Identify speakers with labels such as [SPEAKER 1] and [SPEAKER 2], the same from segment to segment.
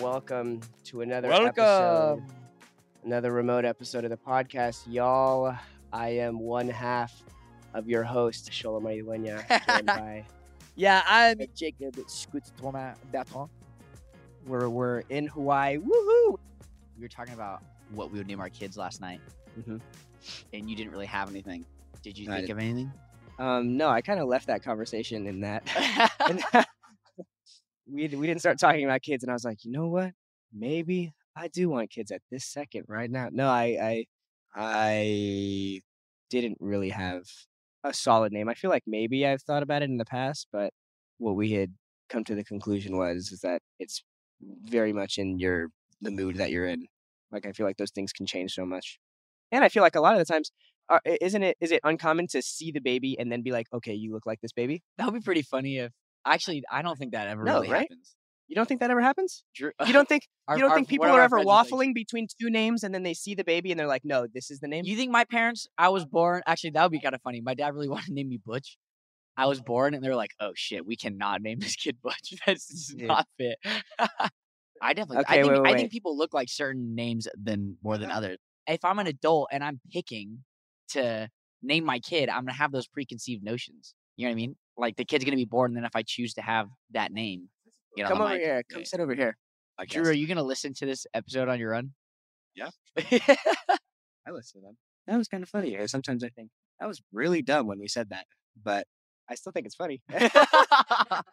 [SPEAKER 1] welcome to another episode,
[SPEAKER 2] Welcome.
[SPEAKER 1] another remote episode of the podcast, y'all. I am one half of your host, Sholem Ayuenya, joined by
[SPEAKER 2] Yeah, I'm Jacob Scootstoma Daton.
[SPEAKER 1] we're we're in Hawaii. Woohoo!
[SPEAKER 3] we were talking about what we would name our kids last night,
[SPEAKER 1] Mhm.
[SPEAKER 3] and you didn't really have anything. Did you
[SPEAKER 2] I
[SPEAKER 3] think of anything?
[SPEAKER 1] Um, no, I kind of left that conversation in that. and we we didn't start talking about kids, and I was like, you know what? Maybe I do want kids at this second right now. No, I I I didn't really have a solid name. I feel like maybe I've thought about it in the past, but what we had come to the conclusion was is that it's very much in your the mood that you're in. Like I feel like those things can change so much, and I feel like a lot of the times, uh, i- isn't it is it uncommon to see the baby and then be like, okay, you look like this baby?
[SPEAKER 3] that would be pretty funny if. Actually, I don't think that ever
[SPEAKER 1] No,
[SPEAKER 3] really
[SPEAKER 1] right?
[SPEAKER 3] happens.
[SPEAKER 1] You don't think that ever happens?
[SPEAKER 3] Drew,
[SPEAKER 1] You don't think
[SPEAKER 3] our-
[SPEAKER 1] you don't
[SPEAKER 3] our-
[SPEAKER 1] think people
[SPEAKER 3] one of
[SPEAKER 1] are
[SPEAKER 3] our
[SPEAKER 1] ever
[SPEAKER 3] friends was like,
[SPEAKER 1] waffling between two names and then they see the baby and they're like, no, this is the name.
[SPEAKER 3] you think my parents? I was born. Actually, that would be kind of funny. My dad really wanted to name me Butch. I was born, and they were like, "Oh shit, we cannot name this kid Butch. This does
[SPEAKER 1] Dude.
[SPEAKER 3] not fit." I definitely.
[SPEAKER 1] Okay,
[SPEAKER 3] I, think,
[SPEAKER 1] wait, wait,
[SPEAKER 3] I
[SPEAKER 1] wait.
[SPEAKER 3] think people look like certain names than more than others. If I'm an adult and I'm picking to name my kid, I'm gonna have those preconceived notions. You know what I mean? Like the kid's gonna be born, and then if I choose to have that name, you know,
[SPEAKER 1] Come over here. Come sit over here.
[SPEAKER 3] Drew, are you gonna listen to this episode on your own?
[SPEAKER 2] Yeah.
[SPEAKER 3] I listen to them.
[SPEAKER 1] That was kind of funny. uh, Sometimes I think that was really dumb when we said that, but I still think it's funny.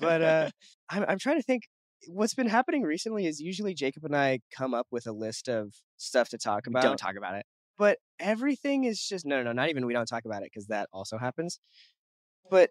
[SPEAKER 1] but uh, I'm, I'm trying to think. What's been happening recently is usually Jacob and I come up with a list of stuff to talk
[SPEAKER 3] We
[SPEAKER 1] about.
[SPEAKER 3] don't talk about it.
[SPEAKER 1] but everything is just no no no not even we don't talk about it because that also happens but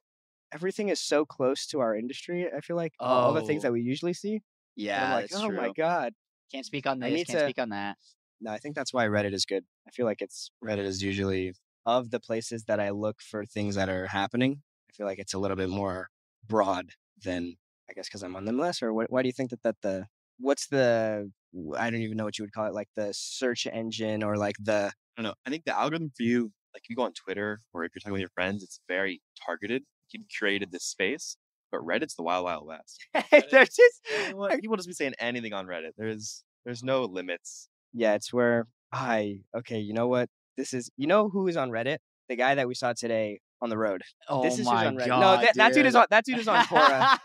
[SPEAKER 1] everything is so close to our industry i feel like all- all the things
[SPEAKER 3] Oh.
[SPEAKER 1] that we usually see and
[SPEAKER 3] Yeah,
[SPEAKER 1] i'm like oh my god
[SPEAKER 3] Can't speak on
[SPEAKER 1] I
[SPEAKER 3] this.
[SPEAKER 1] need
[SPEAKER 3] Can't
[SPEAKER 1] to-
[SPEAKER 3] speak on that.
[SPEAKER 1] no i think that's why reddit is good i feel like it's reddit is usually of the places that i look for things that are happening i feel like it's a little bit more broad than i guess because i'm on them less or wh- why do you think that that the what's the w- i don't even know what you would call it like the search engine or like the
[SPEAKER 2] I don't know. I think the algorithm for you, like if you go on Twitter or if you're talking with your friends, it's very targeted. You've curated this space, but Reddit's the wild, wild west.
[SPEAKER 1] there's just
[SPEAKER 2] Everyone- People just be saying anything on Reddit. There's there's no limits.
[SPEAKER 1] Yeah, it's where I okay, you know what? This is you know who is on Reddit? The guy that we saw today on the road.
[SPEAKER 3] Oh
[SPEAKER 1] this is
[SPEAKER 3] my
[SPEAKER 1] who's on Reddit.
[SPEAKER 3] god!
[SPEAKER 1] no, that, that dude is on that dude is on Quora.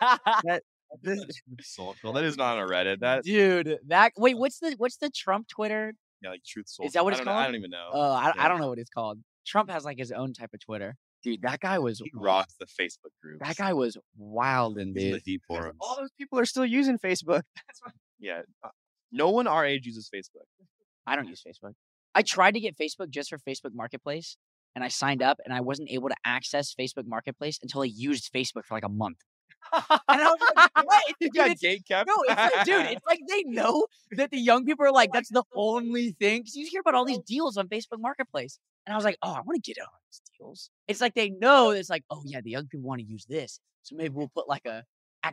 [SPEAKER 1] This-
[SPEAKER 2] Social. That is not on a Reddit. That you
[SPEAKER 3] dude, that wait, what's the what's the Trump Twitter?
[SPEAKER 2] know, like truth social.
[SPEAKER 3] that what
[SPEAKER 2] I
[SPEAKER 3] it's
[SPEAKER 2] don't know- I
[SPEAKER 3] called?
[SPEAKER 2] don't even know.
[SPEAKER 3] Oh, I, I
[SPEAKER 2] Yeah.
[SPEAKER 3] don't know what it's called. Trump has like his own type of Twitter. Dude, that guy was
[SPEAKER 2] he rocks the Facebook group.
[SPEAKER 3] That guy was wild and
[SPEAKER 2] He's in the
[SPEAKER 3] dude.
[SPEAKER 2] deep forums.
[SPEAKER 1] all those people are still using Facebook.
[SPEAKER 2] Yeah. uh, No one our age uses Facebook.
[SPEAKER 3] I don't use Facebook. I tried to get Facebook just for Facebook Marketplace, and I signed up, and I wasn't able to access Facebook Marketplace until I used Facebook for like a month. and I was like, "What?
[SPEAKER 2] You
[SPEAKER 3] Dude,
[SPEAKER 2] got
[SPEAKER 3] it's-
[SPEAKER 2] gatekept.
[SPEAKER 3] No, it's like, dude, it's like they know that the young people are like, that's the only thing. 'Cause you hear about all these deals on Facebook Marketplace. And I was like, oh, I want to get on these deals. It's like they know that it's like, oh, yeah, the young people want to use this. So maybe we'll put like a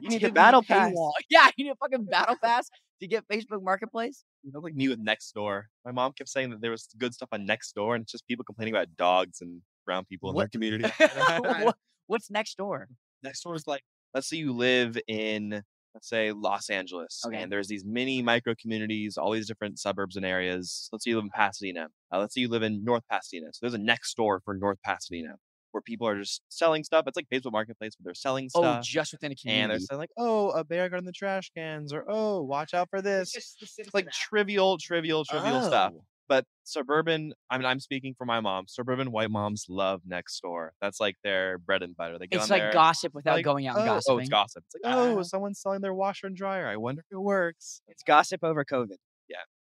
[SPEAKER 1] You need the
[SPEAKER 3] activity
[SPEAKER 1] battle pass.
[SPEAKER 3] paywall. Yeah, you need a fucking battle pass to get Facebook Marketplace.
[SPEAKER 2] That's like me with Nextdoor. My mom kept saying that there was good stuff on Nextdoor, and it's just people complaining about dogs and brown people in their
[SPEAKER 3] What?
[SPEAKER 2] community.
[SPEAKER 3] What- What's next door?
[SPEAKER 2] Nextdoor is like, let's say you live in, let's say Los Angeles,
[SPEAKER 3] Okay.
[SPEAKER 2] and there's these mini micro communities, all these different suburbs and areas. Let's say you live in Pasadena. Uh, let's say you live in North Pasadena. So there's a Nextdoor for North Pasadena where people are just selling stuff. It's like Facebook Marketplace, but they're selling
[SPEAKER 3] Oh,
[SPEAKER 2] stuff.
[SPEAKER 3] just within a
[SPEAKER 2] and they're
[SPEAKER 3] community.
[SPEAKER 2] saying like, oh, a bear got in the trash cans, or oh, watch out for this.
[SPEAKER 3] it's
[SPEAKER 2] It's like trivial, trivial, trivial stuff.
[SPEAKER 3] Oh.
[SPEAKER 2] But suburban, I mean, I'm speaking for my mom. Suburban white moms love next door. That's like their bread and butter. They get
[SPEAKER 3] It's
[SPEAKER 2] on
[SPEAKER 3] like
[SPEAKER 2] there,
[SPEAKER 3] gossip without
[SPEAKER 2] like,
[SPEAKER 3] going out and
[SPEAKER 2] oh,
[SPEAKER 3] gossiping.
[SPEAKER 2] oh, it's gossip. It's like, oh,
[SPEAKER 3] Ah.
[SPEAKER 2] someone's selling their washer and dryer. I wonder if it works.
[SPEAKER 1] It's gossip over COVID.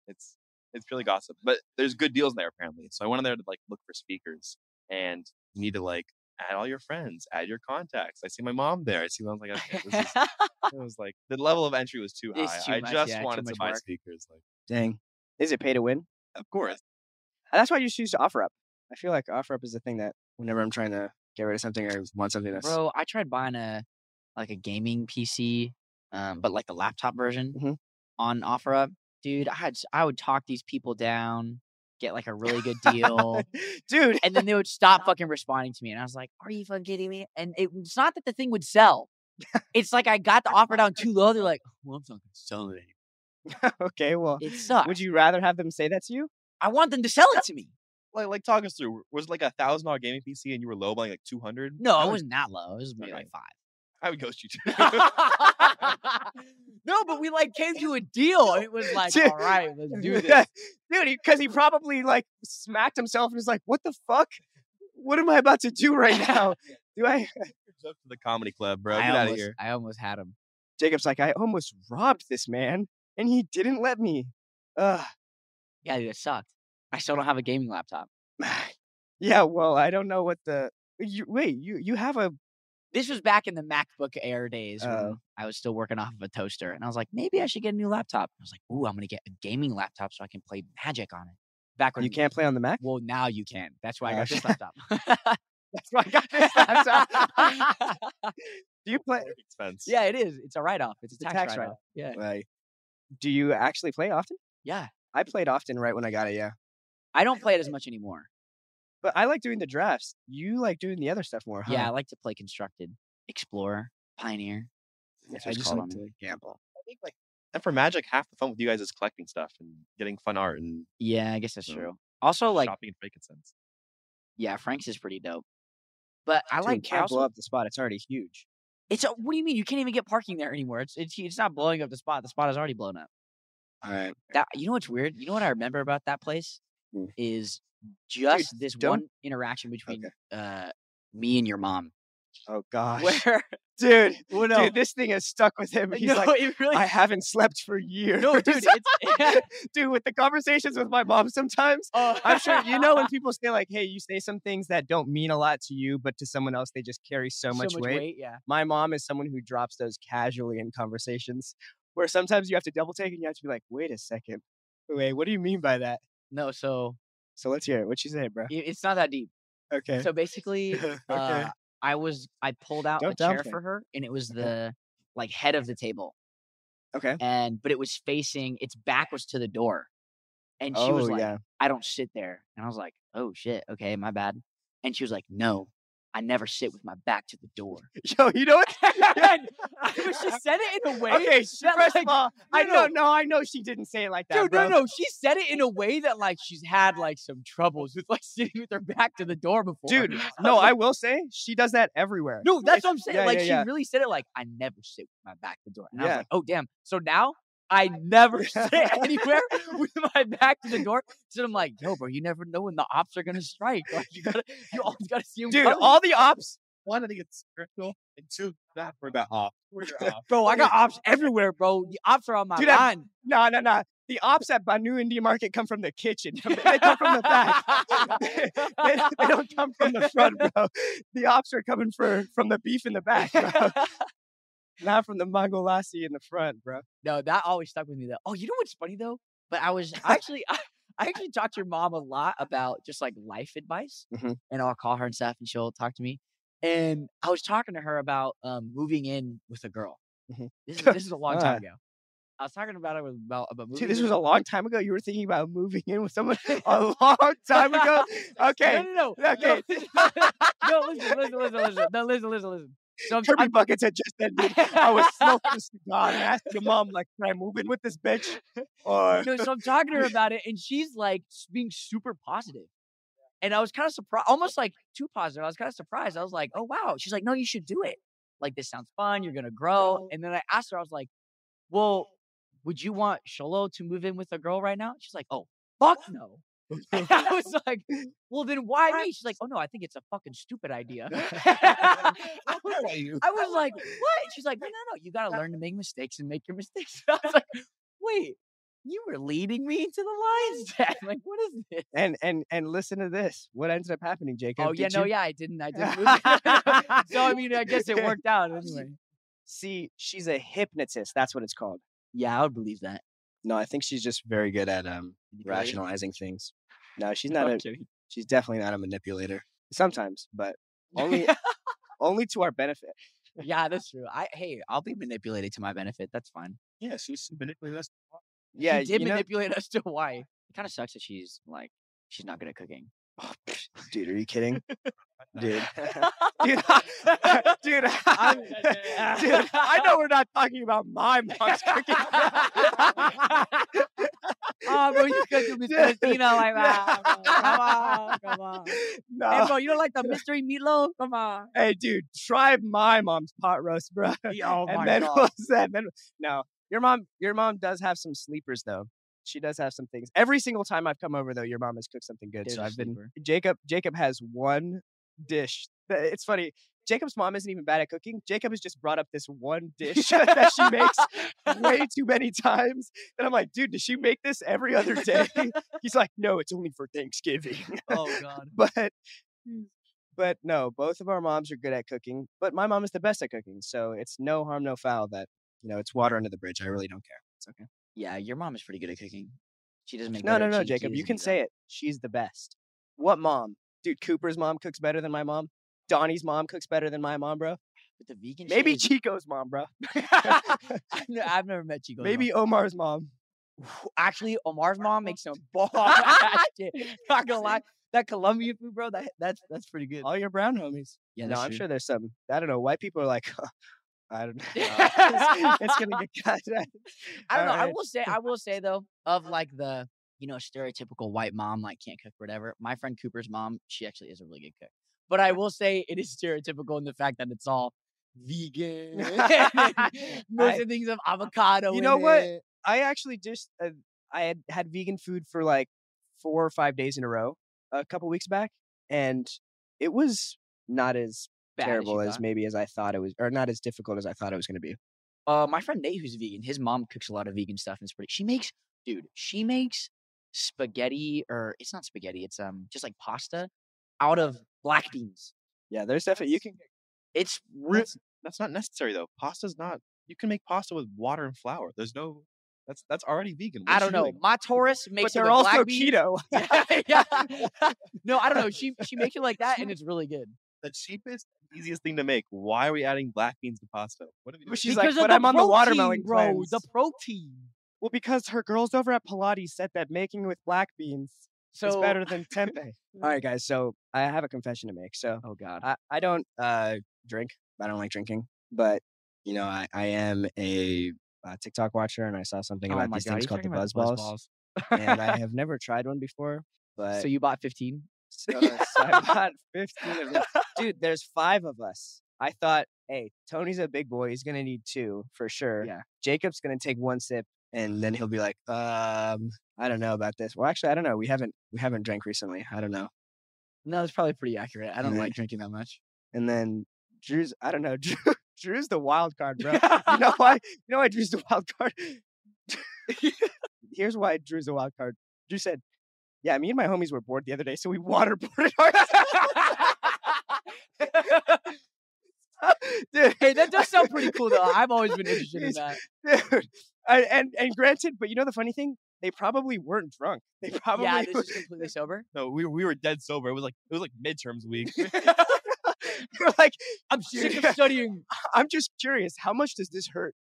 [SPEAKER 2] It's it's purely gossip. But there's good deals in there apparently. So I went on there to like look for speakers, and you need to like add all your friends, add your contacts. I see my mom there. I see. I was like, okay, this is, it was like the level of entry was too
[SPEAKER 3] It's
[SPEAKER 2] high.
[SPEAKER 3] too
[SPEAKER 2] I
[SPEAKER 3] much,
[SPEAKER 2] just
[SPEAKER 3] yeah, too
[SPEAKER 2] wanted to
[SPEAKER 3] much
[SPEAKER 2] buy
[SPEAKER 3] work.
[SPEAKER 2] speakers. Like,
[SPEAKER 1] Dang. Is it pay to win?
[SPEAKER 2] of course.
[SPEAKER 1] That's why you choose to offer up. I feel like offer up is the thing that whenever I'm trying to get rid of something or want something that's
[SPEAKER 3] Bro, I tried buying a like a gaming PC, um, but like the laptop version
[SPEAKER 1] Mhm.
[SPEAKER 3] on OfferUp. Dude, I had s- I would talk these people down, get like a really good deal,
[SPEAKER 1] dude.
[SPEAKER 3] and then they would stop fucking responding to me. And I was like, "Are you fucking kidding me?" And it, it's not that the thing would sell. it's like I got the offer down too low. They're like, well, I'm not gonna sell it anymore.
[SPEAKER 1] okay, well,
[SPEAKER 3] It sucks.
[SPEAKER 1] would you rather have them say that to you?
[SPEAKER 3] I want them to sell it to me.
[SPEAKER 2] Like, like talk us through. Was it like a thousand dollar gaming PC and you were low by like two hundred?
[SPEAKER 3] No, I wasn't that low. It was maybe
[SPEAKER 2] Okay.
[SPEAKER 3] like five.
[SPEAKER 2] I would ghost you too.
[SPEAKER 3] no, but we like came to a deal. It was like,
[SPEAKER 1] Dude.
[SPEAKER 3] all right, let's do this.
[SPEAKER 1] Yeah, dude, because he, probably like smacked himself and was like, "What the fuck? What am I about to do right now? Do I?"
[SPEAKER 2] Up to the comedy club, bro.
[SPEAKER 3] I,
[SPEAKER 2] Get out of
[SPEAKER 3] almost,
[SPEAKER 2] here.
[SPEAKER 3] I almost had him.
[SPEAKER 1] Jacob's like, "I almost robbed this man, and he didn't let me." Ugh.
[SPEAKER 3] Yeah, dude, it sucked. I still don't have a gaming laptop.
[SPEAKER 1] yeah, well, I don't know what the. You, wait, you you have a
[SPEAKER 3] This was back in the MacBook Air days when
[SPEAKER 1] Oh.
[SPEAKER 3] I was still working off of a toaster, and I was like, maybe I should get a new laptop. I was like, ooh, I'm gonna get a gaming laptop so I can play Magic on it. Back when
[SPEAKER 1] you can't play on the Mac.
[SPEAKER 3] Well, now you can. That's why I
[SPEAKER 1] Oh,
[SPEAKER 3] got this laptop.
[SPEAKER 1] That's why I got this laptop. do you play?
[SPEAKER 2] Big Expense.
[SPEAKER 3] yeah, it is. It's a write-off. It's a
[SPEAKER 1] It's a
[SPEAKER 3] tax,
[SPEAKER 1] tax
[SPEAKER 3] write-off. Yeah,
[SPEAKER 1] Like, do you actually play often?
[SPEAKER 3] yeah.
[SPEAKER 1] I played often right when I got it. Yeah,
[SPEAKER 3] I don't play it as much anymore.
[SPEAKER 1] but I like doing the drafts. You like doing the other stuff more, huh?
[SPEAKER 3] Yeah, I like to play constructed, explorer, pioneer. That's
[SPEAKER 1] I
[SPEAKER 3] what it's
[SPEAKER 1] just
[SPEAKER 3] called
[SPEAKER 1] like
[SPEAKER 3] on
[SPEAKER 1] to
[SPEAKER 3] the-
[SPEAKER 1] gamble.
[SPEAKER 2] I think like and for Magic, half the fun with you guys is collecting stuff and getting fun art and
[SPEAKER 3] Yeah, I guess that's
[SPEAKER 2] So,
[SPEAKER 3] true. Also, Oh, like,
[SPEAKER 2] shopping at frankincense.
[SPEAKER 3] yeah, Frank's is pretty dope. But I
[SPEAKER 1] Dude,
[SPEAKER 3] like I
[SPEAKER 1] can't
[SPEAKER 3] also-
[SPEAKER 1] blow up the spot. It's already huge.
[SPEAKER 3] It's a, what do you mean? You can't even get parking there anymore. It's, it's it's not blowing up the spot. The spot is already blown up.
[SPEAKER 1] All right.
[SPEAKER 3] That you know what's weird? You know what I remember about that place
[SPEAKER 1] Mm.
[SPEAKER 3] is just this
[SPEAKER 1] don't-
[SPEAKER 3] one interaction between
[SPEAKER 1] Okay.
[SPEAKER 3] uh me and your mom.
[SPEAKER 1] Oh gosh,
[SPEAKER 3] Where
[SPEAKER 1] dude,
[SPEAKER 3] well, no,
[SPEAKER 1] dude, this thing has stuck with him. He's
[SPEAKER 3] no,
[SPEAKER 1] like,
[SPEAKER 3] it really
[SPEAKER 1] I haven't slept for years.
[SPEAKER 3] no, dude. It's,
[SPEAKER 1] dude, with the conversations with my mom sometimes.
[SPEAKER 3] oh,
[SPEAKER 1] I'm sure you know when people say like, "Hey, you say some things that don't mean a lot to you, but to someone else they just carry so, much, weight.
[SPEAKER 3] Yeah,
[SPEAKER 1] My mom is someone who drops those casually in conversations, where sometimes you have to double take and you have to be like, "Wait a second, wait, what do you mean by that?"
[SPEAKER 3] no. So
[SPEAKER 1] So let's hear it. What you say, bro?
[SPEAKER 3] i- it's not that deep.
[SPEAKER 1] Okay.
[SPEAKER 3] So basically,
[SPEAKER 1] okay.
[SPEAKER 3] uh, I was I pulled out
[SPEAKER 1] Don't
[SPEAKER 3] a chair
[SPEAKER 1] downplay.
[SPEAKER 3] for her, and it was
[SPEAKER 1] Okay.
[SPEAKER 3] the like head of the table,
[SPEAKER 1] okay.
[SPEAKER 3] and but it was facing its back was to the door, and she was
[SPEAKER 1] Oh,
[SPEAKER 3] like,
[SPEAKER 1] yeah.
[SPEAKER 3] "I don't sit there," and I was like, "Oh shit, okay, my bad," and she was like, "No, I never sit with my back to the door."
[SPEAKER 1] Yo, you know what?
[SPEAKER 3] and I was just said it in a way.
[SPEAKER 1] Okay, she,
[SPEAKER 3] that,
[SPEAKER 1] first
[SPEAKER 3] like,
[SPEAKER 1] of all, I
[SPEAKER 3] no,
[SPEAKER 1] don't know. I know she didn't say it like that,
[SPEAKER 3] Dude,
[SPEAKER 1] bro.
[SPEAKER 3] no, no, she said it in a way that like she's had like some troubles with like sitting with her back to the door before.
[SPEAKER 1] Dude, no, I will say she does that everywhere.
[SPEAKER 3] No, that's what I'm saying.
[SPEAKER 1] yeah,
[SPEAKER 3] like
[SPEAKER 1] yeah,
[SPEAKER 3] she
[SPEAKER 1] yeah.
[SPEAKER 3] really said it like I never sit with my back to the door. And I
[SPEAKER 1] Yeah.
[SPEAKER 3] was like, oh damn. So now I never sit anywhere with my back to the door. So I'm like, yo, bro, you never know when the ops are gonna strike. Like you gotta you always gotta see them.
[SPEAKER 1] Dude, all the ops.
[SPEAKER 2] One, I think it's spiritual, and two, not worry about uh, off. We're off.
[SPEAKER 3] bro, I got ops everywhere, bro. The ops are on my
[SPEAKER 1] Dude, I'm-
[SPEAKER 3] line.
[SPEAKER 1] No, no, no. The ops at Banu and D Market come from the kitchen. they come from the back. they, they don't come from the front, bro. The ops are coming for, from the beef in the back, bro. Not from the mangolasi in the front, bro.
[SPEAKER 3] No, that always stuck with me though. Oh, you know what's funny though? But I was I actually I, I actually talked to your mom a lot about just like life advice.
[SPEAKER 1] Mhm.
[SPEAKER 3] And I'll call her and stuff and she'll talk to me. And I was talking to her about um, moving in with a girl.
[SPEAKER 1] Mhm.
[SPEAKER 3] This, is, this is a long
[SPEAKER 1] Ah.
[SPEAKER 3] time ago. I was talking about it with about, about moving
[SPEAKER 1] Dude, this
[SPEAKER 3] in
[SPEAKER 1] was
[SPEAKER 3] with-
[SPEAKER 1] a long time ago. You were thinking about moving in with someone a long time ago. Okay.
[SPEAKER 3] No, no, no.
[SPEAKER 1] Okay.
[SPEAKER 3] No, no listen, listen, listen, listen. No, listen, listen, listen. So I'm,
[SPEAKER 1] Kirby
[SPEAKER 3] I'm,
[SPEAKER 1] Buckets had just ended. I was smoking a cigar and asked your mom, like, can I move in with this bitch? Or
[SPEAKER 3] no, so I'm talking to her about it, and she's like s- being super positive. And I was kind of surprised, almost like too positive. I was kind of surprised. I was like, oh, wow. She's like, no, you should do it. Like, this sounds fun. You're going to grow. And then I asked her, I was like, well, would you want Sholo to move in with a girl right now? She's like, oh, fuck no. And I was like, well, then why me? She's like, oh, no, I think it's a fucking stupid idea. I was
[SPEAKER 2] Where are you?
[SPEAKER 3] I was like, what? She's like, no, no, no. You got to learn to make mistakes and make your mistakes. I was like, wait, you were leading me into the lion's den. Like, what is this?
[SPEAKER 1] and and and listen to this. What ended up happening, Jacob?
[SPEAKER 3] Oh, yeah,
[SPEAKER 1] Did
[SPEAKER 3] no,
[SPEAKER 1] you-
[SPEAKER 3] yeah, I didn't. I didn't. move- so, I mean, I guess it worked out anyway.
[SPEAKER 1] See, she's a hypnotist. That's what it's called.
[SPEAKER 3] Yeah, I would believe that.
[SPEAKER 1] No, I think she's just very good at um
[SPEAKER 3] Manipulating?
[SPEAKER 1] rationalizing things. No, she's
[SPEAKER 3] No,
[SPEAKER 1] not
[SPEAKER 3] I'm
[SPEAKER 1] a.
[SPEAKER 3] kidding.
[SPEAKER 1] She's definitely not a manipulator. Sometimes, but only only to our benefit.
[SPEAKER 3] yeah, that's true. I Hey, I'll be manipulated to my benefit. That's fine.
[SPEAKER 2] Yeah, she's manipulating us.
[SPEAKER 1] Yeah,
[SPEAKER 3] she did
[SPEAKER 1] you know-
[SPEAKER 3] manipulate us to Hawaii. It kind of sucks that she's like, she's not good at cooking.
[SPEAKER 1] Oh, pff, dude, are you kidding, dude? dude, dude, dude, I'm, dude, I know we're not talking about my mom's cooking.
[SPEAKER 3] oh, bro, you could do Miss
[SPEAKER 1] Dude.
[SPEAKER 3] Christina like that. bro. Come on, come on. Hey,
[SPEAKER 1] no.
[SPEAKER 3] bro, you don't like the mystery meatloaf? Come on.
[SPEAKER 1] Hey, dude, try my mom's pot roast, bro.
[SPEAKER 3] Oh
[SPEAKER 1] and then what's that? Then no, your mom, your mom does have some sleepers though. She does have some things. Every single time I've come over though, your mom has cooked something good.
[SPEAKER 3] Dude's
[SPEAKER 1] so
[SPEAKER 3] a
[SPEAKER 1] I've been
[SPEAKER 3] sleeper.
[SPEAKER 1] Jacob. Jacob has one dish. that- It's funny. Jacob's mom isn't even bad at cooking. Jacob has just brought up this one dish that she makes way too many times. And I'm like, dude, does she make this every other day? He's like, no, it's only for Thanksgiving.
[SPEAKER 3] Oh god.
[SPEAKER 1] but
[SPEAKER 3] Mm.
[SPEAKER 1] but no, both of our moms are good at cooking, but my mom is the best at cooking, so it's no harm, no foul that you know it's water under the bridge. I really don't care. It's okay.
[SPEAKER 3] Yeah, your mom is pretty good at cooking. She doesn't make
[SPEAKER 1] No, no,
[SPEAKER 3] butter,
[SPEAKER 1] no,
[SPEAKER 3] she- she
[SPEAKER 1] Jacob, you
[SPEAKER 3] doesn't
[SPEAKER 1] can
[SPEAKER 3] do that.
[SPEAKER 1] say it. She's the best. What mom, dude? Cooper's mom cooks better than my mom. Donnie's mom cooks better than my mom, bro.
[SPEAKER 3] But the vegan shit
[SPEAKER 1] Maybe
[SPEAKER 3] is-
[SPEAKER 1] Chico's mom, bro.
[SPEAKER 3] I've ne- I've never met Chico.
[SPEAKER 1] Maybe Omar's mom.
[SPEAKER 3] actually Omar's mom makes some bomb ass shit. Not gonna lie, that Colombian food, bro. That that's that's pretty good.
[SPEAKER 1] All your brown homies.
[SPEAKER 3] Yeah,
[SPEAKER 1] no,
[SPEAKER 3] that's
[SPEAKER 1] I'm
[SPEAKER 3] true.
[SPEAKER 1] sure there's some. I don't know. White people are like, I don't know. it's, it's gonna get cut.
[SPEAKER 3] I don't know. I
[SPEAKER 1] alright.
[SPEAKER 3] will say, I will say though, of like the you know stereotypical white mom like can't cook whatever. My friend Cooper's mom, she actually is a really good cook. But I will say it is stereotypical in the fact that it's all vegan. Most
[SPEAKER 1] I-
[SPEAKER 3] of the things of avocado.
[SPEAKER 1] You
[SPEAKER 3] in
[SPEAKER 1] know what?
[SPEAKER 3] it.
[SPEAKER 1] I actually just uh, I had had vegan food for like four or five days in a row a couple weeks back, and it was not as
[SPEAKER 3] Bad as you
[SPEAKER 1] terrible as,
[SPEAKER 3] thought.
[SPEAKER 1] maybe as I thought it was, or not as difficult as I thought it was going to be.
[SPEAKER 3] Uh, my friend Nate, who's vegan, his mom cooks a lot of vegan stuff, and it's pretty. She makes, dude, she makes spaghetti, or it's not spaghetti, it's um just like pasta out of black beans.
[SPEAKER 1] Yeah, there's definitely you can.
[SPEAKER 3] It's re-
[SPEAKER 2] That's, that's not necessary though. Pasta's not. You can make pasta with water and flour. There's no. That's that's already vegan.
[SPEAKER 3] I
[SPEAKER 2] What's
[SPEAKER 3] don't
[SPEAKER 2] she
[SPEAKER 3] know.
[SPEAKER 2] doing?
[SPEAKER 3] My Taurus
[SPEAKER 1] But
[SPEAKER 3] makes it
[SPEAKER 1] they're
[SPEAKER 3] with
[SPEAKER 1] also
[SPEAKER 3] black beans.
[SPEAKER 1] keto.
[SPEAKER 3] yeah. no, I don't know. She she makes it like that, and it's really good.
[SPEAKER 2] The cheapest, easiest thing to make. Why are we adding black beans to pasta? What have you?
[SPEAKER 1] But she's like,
[SPEAKER 3] Because of
[SPEAKER 1] "But I'm on the watermelon
[SPEAKER 3] protein, bro. The
[SPEAKER 1] cleanse."
[SPEAKER 3] protein.
[SPEAKER 1] Well, because her girls over at Pilates said that making with black beans
[SPEAKER 3] So
[SPEAKER 1] is better than tempeh. All right, guys. So I have a confession to make. So
[SPEAKER 3] Oh God.
[SPEAKER 1] I, I don't uh, drink. I don't like drinking, but you know, I, I am a uh, TikTok watcher, and I saw
[SPEAKER 3] Oh
[SPEAKER 1] something about these things called the buzz balls, and I have never tried one before. But
[SPEAKER 3] so you bought fifteen.
[SPEAKER 1] uh, so I bought fifteen of them. Dude, there's five of us. I thought, hey, Tony's a big boy. He's gonna need two for sure.
[SPEAKER 3] Yeah.
[SPEAKER 1] Jacob's gonna take one sip, and then he'll be like, um, I don't know about this. Well, actually, I don't know. We haven't we haven't drank recently. I don't know.
[SPEAKER 3] No, it's probably pretty accurate. I don't
[SPEAKER 1] Yeah.
[SPEAKER 3] like drinking that much.
[SPEAKER 1] And then Drew's, I don't know, Drew, Drew's the wild card, bro. You know why? You know why Drew's the wild card? Here's why Drew's the wild card. Drew said, "Yeah, me and my homies were bored the other day, so we waterboarded ourselves." dude,
[SPEAKER 3] Hey, that does sound pretty cool though. I've always been interested in
[SPEAKER 1] It's-
[SPEAKER 3] that.
[SPEAKER 1] dude. I, and and granted, but you know the funny thing? They probably weren't drunk. They probably
[SPEAKER 3] yeah, this is completely sober.
[SPEAKER 2] No, we we were dead sober. It was like it was like midterms week.
[SPEAKER 1] were like,
[SPEAKER 3] I'm sick of studying.
[SPEAKER 1] "I'm just curious, how much does this hurt?"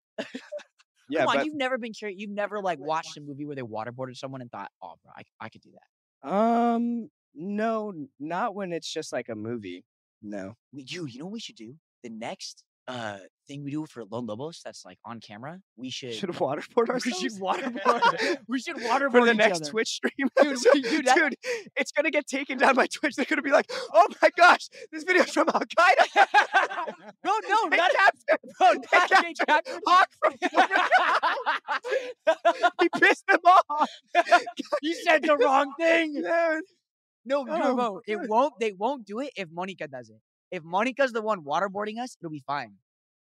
[SPEAKER 1] yeah,
[SPEAKER 3] Come on,
[SPEAKER 1] but
[SPEAKER 3] you've never been curious. You've never like watched a movie where they waterboarded someone and thought, "Oh, bro, I, I could do that."
[SPEAKER 1] Um, no, n- not when it's just like a movie. No.
[SPEAKER 3] We, dude, you know what we should do? The next uh thing we do for Lone Lobos that's like on camera, we should.
[SPEAKER 1] Should waterboard
[SPEAKER 3] we
[SPEAKER 1] ourselves?
[SPEAKER 3] should waterboard. we should waterboard
[SPEAKER 1] for the
[SPEAKER 3] each
[SPEAKER 1] next
[SPEAKER 3] other.
[SPEAKER 1] Twitch stream,
[SPEAKER 3] Dude,
[SPEAKER 1] So-
[SPEAKER 3] we- dude, that-
[SPEAKER 1] dude, it's gonna get taken down by Twitch. They're gonna be like, "Oh my gosh, this video's from Al Qaeda."
[SPEAKER 3] No, no,
[SPEAKER 1] They
[SPEAKER 3] not
[SPEAKER 1] captured
[SPEAKER 3] bro,
[SPEAKER 1] I
[SPEAKER 3] not Jay Jackson.
[SPEAKER 1] Hawk from he pissed them off.
[SPEAKER 3] you said the wrong thing.
[SPEAKER 1] Dude,
[SPEAKER 3] No, no,
[SPEAKER 1] Oh,
[SPEAKER 3] no. It won't. They won't do it if Monica does it. If Monica's the one waterboarding us, it'll be fine.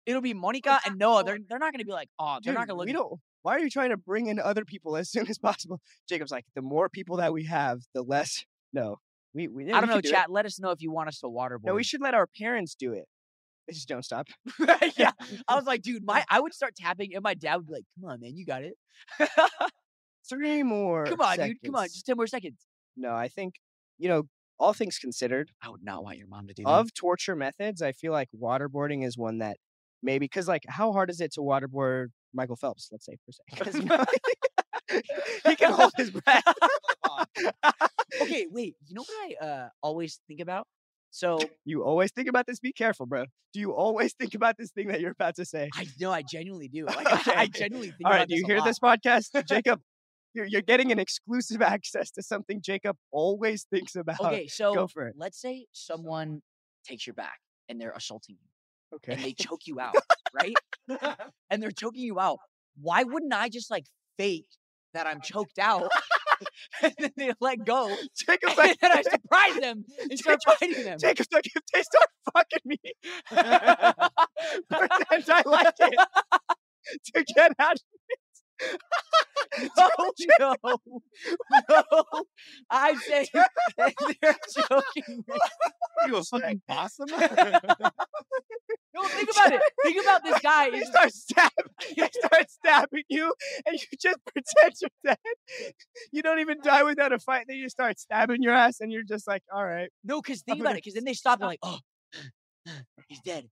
[SPEAKER 3] It'll be Monica and Noah. They're they're not gonna be like, oh, they're not
[SPEAKER 1] dude,
[SPEAKER 3] gonna look.
[SPEAKER 1] we
[SPEAKER 3] at-
[SPEAKER 1] don't. Why are you trying to bring in other people as soon as possible? Jacob's like, the more people that we have, the less. No, we. we yeah,
[SPEAKER 3] I
[SPEAKER 1] we
[SPEAKER 3] don't
[SPEAKER 1] could
[SPEAKER 3] know,
[SPEAKER 1] do it.
[SPEAKER 3] chat. Let us know if you want us to waterboard.
[SPEAKER 1] No, we should let our parents do it. They just don't stop.
[SPEAKER 3] yeah, I was like, dude, my I would start tapping, and my dad would be like, "Come on, man, you got it.
[SPEAKER 1] Three more.
[SPEAKER 3] Come on, dude. Come on,
[SPEAKER 1] seconds.
[SPEAKER 3] just ten more seconds."
[SPEAKER 1] No, I think you know. All things considered,
[SPEAKER 3] I would not want your mom to do that.
[SPEAKER 1] of torture methods, I feel like waterboarding is one that maybe because like how hard is it to waterboard Michael Phelps? Let's say per se. 'Cause, you know, he can hold his breath.
[SPEAKER 3] okay, wait. You know what I uh, always think about? So
[SPEAKER 1] You always think about this. Be careful, bro. Do you always think about this thing that you're about to say?
[SPEAKER 3] I know I genuinely do. Like, I- I
[SPEAKER 1] Okay.
[SPEAKER 3] genuinely think
[SPEAKER 1] All right,
[SPEAKER 3] about
[SPEAKER 1] do you
[SPEAKER 3] a
[SPEAKER 1] hear
[SPEAKER 3] lot.
[SPEAKER 1] this podcast, Jacob? You're, you're getting an exclusive access to something Jacob always thinks about.
[SPEAKER 3] Okay, so
[SPEAKER 1] Go for it.
[SPEAKER 3] let's say someone takes your back and they're assaulting you and
[SPEAKER 1] Okay.
[SPEAKER 3] they choke you out, right? and they're choking you out. Why wouldn't I just like fake that I'm choked out and then they let go
[SPEAKER 1] Jacob's
[SPEAKER 3] and
[SPEAKER 1] like,
[SPEAKER 3] then I surprise them and start
[SPEAKER 1] Jacob-
[SPEAKER 3] fighting them?
[SPEAKER 1] Jacob's like, if they start fucking me, pretend I like it to get out.
[SPEAKER 3] no, no, no. I'm saying that they're choking me.
[SPEAKER 2] You a fucking possum?
[SPEAKER 3] No, think about it. Think about this guy.
[SPEAKER 1] They
[SPEAKER 3] is-
[SPEAKER 1] start stabbing. They start stabbing you, and you just pretend you're dead. You don't even die without a fight. They just start stabbing your ass, and you're just like, all right.
[SPEAKER 3] No, because
[SPEAKER 1] I'm
[SPEAKER 3] think about
[SPEAKER 1] gonna
[SPEAKER 3] it. Because then they stop. They're like, oh, he's dead.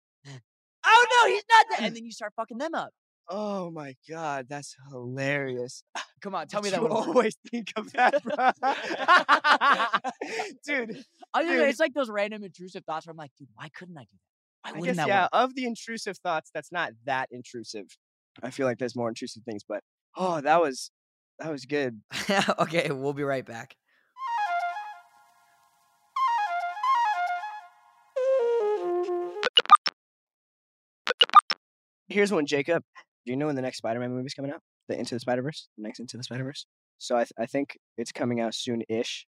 [SPEAKER 3] Oh no, he's not dead. And then you start fucking them up.
[SPEAKER 1] Oh my god, that's hilarious.
[SPEAKER 3] Come on, tell me
[SPEAKER 1] But
[SPEAKER 3] that
[SPEAKER 1] you
[SPEAKER 3] one.
[SPEAKER 1] always think of that, bro. dude.
[SPEAKER 3] I just,
[SPEAKER 1] dude.
[SPEAKER 3] it's like those random intrusive thoughts where I'm like, dude, why couldn't I do that? Why
[SPEAKER 1] I
[SPEAKER 3] wouldn't
[SPEAKER 1] guess
[SPEAKER 3] that
[SPEAKER 1] yeah.
[SPEAKER 3] work?
[SPEAKER 1] Of the intrusive thoughts, that's not that intrusive. I feel like there's more intrusive things, but oh, that was that was good.
[SPEAKER 4] okay, we'll be right back.
[SPEAKER 1] Here's one, Jacob. Do you know when the next Spider-Man movie's coming out? The Into the Spider-Verse, the next Into the Spider-Verse. So I, th- I think it's coming out soon-ish,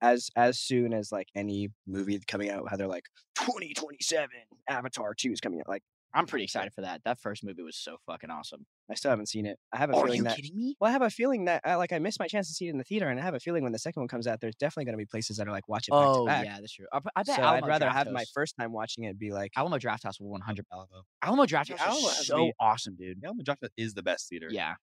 [SPEAKER 1] as as soon as like any movie coming out. How they're like 2027, Avatar 2 is coming out. Like
[SPEAKER 3] I'm pretty excited for that. That first movie was so fucking awesome.
[SPEAKER 1] I still haven't seen it. I have a
[SPEAKER 3] Are
[SPEAKER 1] feeling
[SPEAKER 3] you
[SPEAKER 1] that
[SPEAKER 3] kidding me?
[SPEAKER 1] Well, I have a feeling that I, like I missed my chance to see it in the theater, and I have a feeling when the second one comes out, there's definitely going to be places that are like watch it back to
[SPEAKER 3] Oh
[SPEAKER 1] back.
[SPEAKER 3] yeah, that's true. I, I bet
[SPEAKER 1] so
[SPEAKER 3] Alamo
[SPEAKER 1] I'd rather have my
[SPEAKER 3] Drafthouse-
[SPEAKER 1] first time watching it be like,
[SPEAKER 3] Alamo Draft House will 100 Alamo. Alamo Draft
[SPEAKER 2] The
[SPEAKER 3] House
[SPEAKER 2] Alamo
[SPEAKER 3] is
[SPEAKER 2] has
[SPEAKER 3] so
[SPEAKER 2] the-
[SPEAKER 3] awesome, dude.
[SPEAKER 2] Yeah, Madrasa is the best theater.
[SPEAKER 3] Yeah,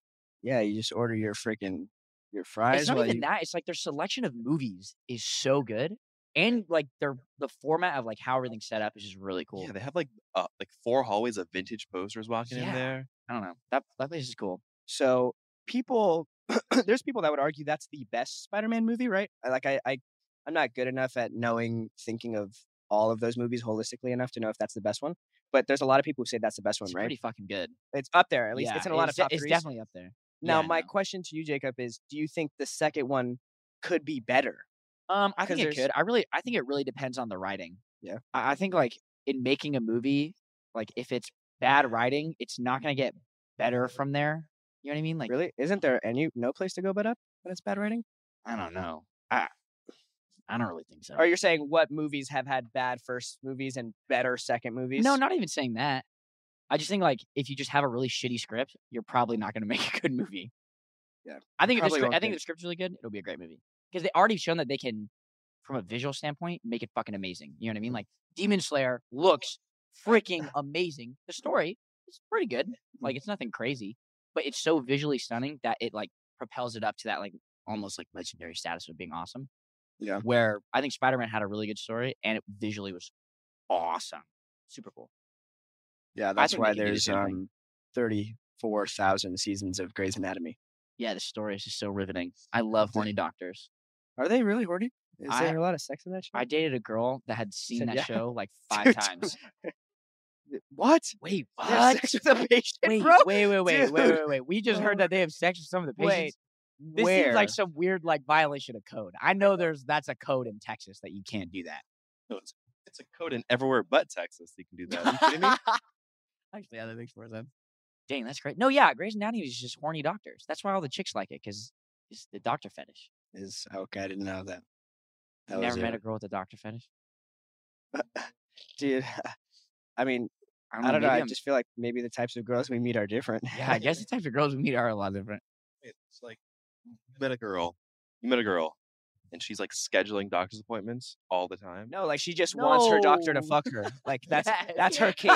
[SPEAKER 1] yeah, you just order your freaking your fries.
[SPEAKER 3] it's not
[SPEAKER 1] while
[SPEAKER 3] even
[SPEAKER 1] you-
[SPEAKER 3] that. It's like their selection of movies is so good, and like their the format of like how everything's set up is just really cool.
[SPEAKER 2] Yeah, they have like uh, like four hallways of vintage posters walking
[SPEAKER 3] Yeah.
[SPEAKER 2] in there.
[SPEAKER 3] I don't know. That that place is cool.
[SPEAKER 1] So people, there's people that would argue that's the best Spider-Man movie, right? I- Like I, I, I'm not good enough at knowing, thinking of all of those movies holistically enough to know if that's the best one. But there's a lot of people who say that's the best one,
[SPEAKER 3] It's
[SPEAKER 1] right?
[SPEAKER 3] pretty fucking good.
[SPEAKER 1] It's up there, at least.
[SPEAKER 3] Yeah,
[SPEAKER 1] it's in a lot of
[SPEAKER 3] de-
[SPEAKER 1] top
[SPEAKER 3] It's
[SPEAKER 1] threes.
[SPEAKER 3] definitely up there.
[SPEAKER 1] Now,
[SPEAKER 3] Yeah,
[SPEAKER 1] my
[SPEAKER 3] no.
[SPEAKER 1] question to you, Jacob, is: Do you think the second one could be better?
[SPEAKER 3] Um, I
[SPEAKER 1] 'Cause
[SPEAKER 3] think it
[SPEAKER 1] there's-
[SPEAKER 3] could. I really, I think it really depends on the writing.
[SPEAKER 1] Yeah.
[SPEAKER 3] I, I think like in making a movie, like if it's bad writing, it's not gonna get better from there. You know what I mean? Like
[SPEAKER 1] really? Isn't there any no place to go but up when it's bad writing?
[SPEAKER 3] I don't know. I I don't really think so.
[SPEAKER 1] Or you're saying what movies have had bad first movies and better second movies?
[SPEAKER 3] No, not even saying that. I just think like if you just have a really shitty script, you're probably not gonna make a good movie.
[SPEAKER 1] Yeah,
[SPEAKER 3] I think if the
[SPEAKER 1] probably
[SPEAKER 3] scri-
[SPEAKER 1] won't
[SPEAKER 3] I think
[SPEAKER 1] be.
[SPEAKER 3] if the script's really good. It'll be a great movie because they already shown that they can, from a visual standpoint, make it fucking amazing. You know what I mean? Like Demon Slayer looks freaking amazing. The story is pretty good. Like it's nothing crazy, but it's so visually stunning that it like propels it up to that like almost like legendary status of being awesome.
[SPEAKER 1] Yeah.
[SPEAKER 3] Where I think Spider Man had a really good story and it visually was awesome. Super cool.
[SPEAKER 1] Yeah,
[SPEAKER 3] think they can do the same thing.
[SPEAKER 1] 34 um, thousand seasons of Grey's Anatomy.
[SPEAKER 3] Yeah, the story is just so riveting. I love horny doctors.
[SPEAKER 1] Are they really horny? Is
[SPEAKER 3] I-
[SPEAKER 1] there a lot of sex in that show?
[SPEAKER 3] I dated a girl that had seen
[SPEAKER 1] Said
[SPEAKER 3] that
[SPEAKER 1] yeah.
[SPEAKER 3] show like five
[SPEAKER 1] Dude,
[SPEAKER 3] times.
[SPEAKER 1] what?
[SPEAKER 3] Wait,
[SPEAKER 1] They have
[SPEAKER 3] what?
[SPEAKER 1] sex with a patient,
[SPEAKER 3] Wait,
[SPEAKER 1] bro?
[SPEAKER 3] wait, wait, wait, wait, wait,
[SPEAKER 1] Dude.
[SPEAKER 3] wait. We just heard that they have sex with some of the
[SPEAKER 1] Wait,
[SPEAKER 3] patients. this
[SPEAKER 1] Where?
[SPEAKER 3] seems like some weird like violation of code. I know there's that's a code in Texas that you can't do that.
[SPEAKER 2] No, it's, it's a code in everywhere but Texas. You can do that. Are you kidding me?
[SPEAKER 3] Actually, yeah, that makes more sense. Dang, that's great. No, yeah, Grey's Anatomy is just horny doctors. That's why all the chicks like it because it's the doctor fetish.
[SPEAKER 1] is okay. I didn't know that.
[SPEAKER 3] You never met a girl with a doctor fetish.
[SPEAKER 1] dude. I mean, I don't know.
[SPEAKER 3] maybe
[SPEAKER 1] I
[SPEAKER 3] I'm-
[SPEAKER 1] just feel like maybe the types of girls we meet are different.
[SPEAKER 3] yeah, I guess the types of girls we meet are a lot different.
[SPEAKER 2] It's like you met a girl. You met a girl, and she's like scheduling doctor's appointments all the time.
[SPEAKER 1] No, like she just wants her doctor to
[SPEAKER 3] No.
[SPEAKER 1] fuck her. Like that's
[SPEAKER 3] Yeah.
[SPEAKER 1] that's her king.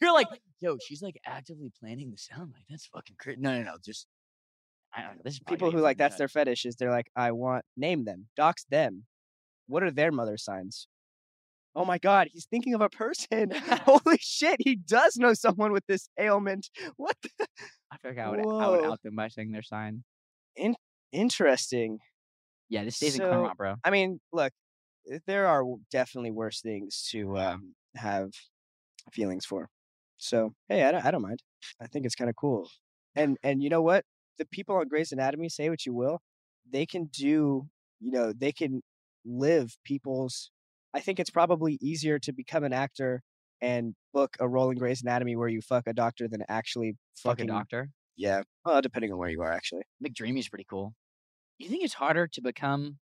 [SPEAKER 3] You're like, yo, she's like actively planning the sound. Like that's fucking crazy. No, no, no. Just I don't know. This is probably
[SPEAKER 1] People
[SPEAKER 3] gonna
[SPEAKER 1] who
[SPEAKER 3] get
[SPEAKER 1] like
[SPEAKER 3] fucking
[SPEAKER 1] that's
[SPEAKER 3] cut.
[SPEAKER 1] their fetish is they're like, I want name them, dox them. What are their mother signs? Oh my god, he's thinking of a person. Holy shit, he does know someone with this ailment. What the
[SPEAKER 3] I feel like I would I would
[SPEAKER 1] Whoa.
[SPEAKER 3] out them by saying their sign.
[SPEAKER 1] interesting.
[SPEAKER 3] Yeah, this stays in Claremont, bro.
[SPEAKER 1] I mean, look, eh, there are w- definitely worse things to um, have feelings for. So hey, I don't, I don't mind. I think it's kind of cool. And and you know what? The people on Grey's Anatomy say what you will, they can do. You know, they can live people's. I think it's probably easier to become an actor and book a role in Grey's Anatomy where you fuck a doctor than actually fucking.
[SPEAKER 3] Fucking doctor.
[SPEAKER 1] Yeah. Well, depending on where you are, actually.
[SPEAKER 3] McDreamy's pretty cool. You think it's harder to become?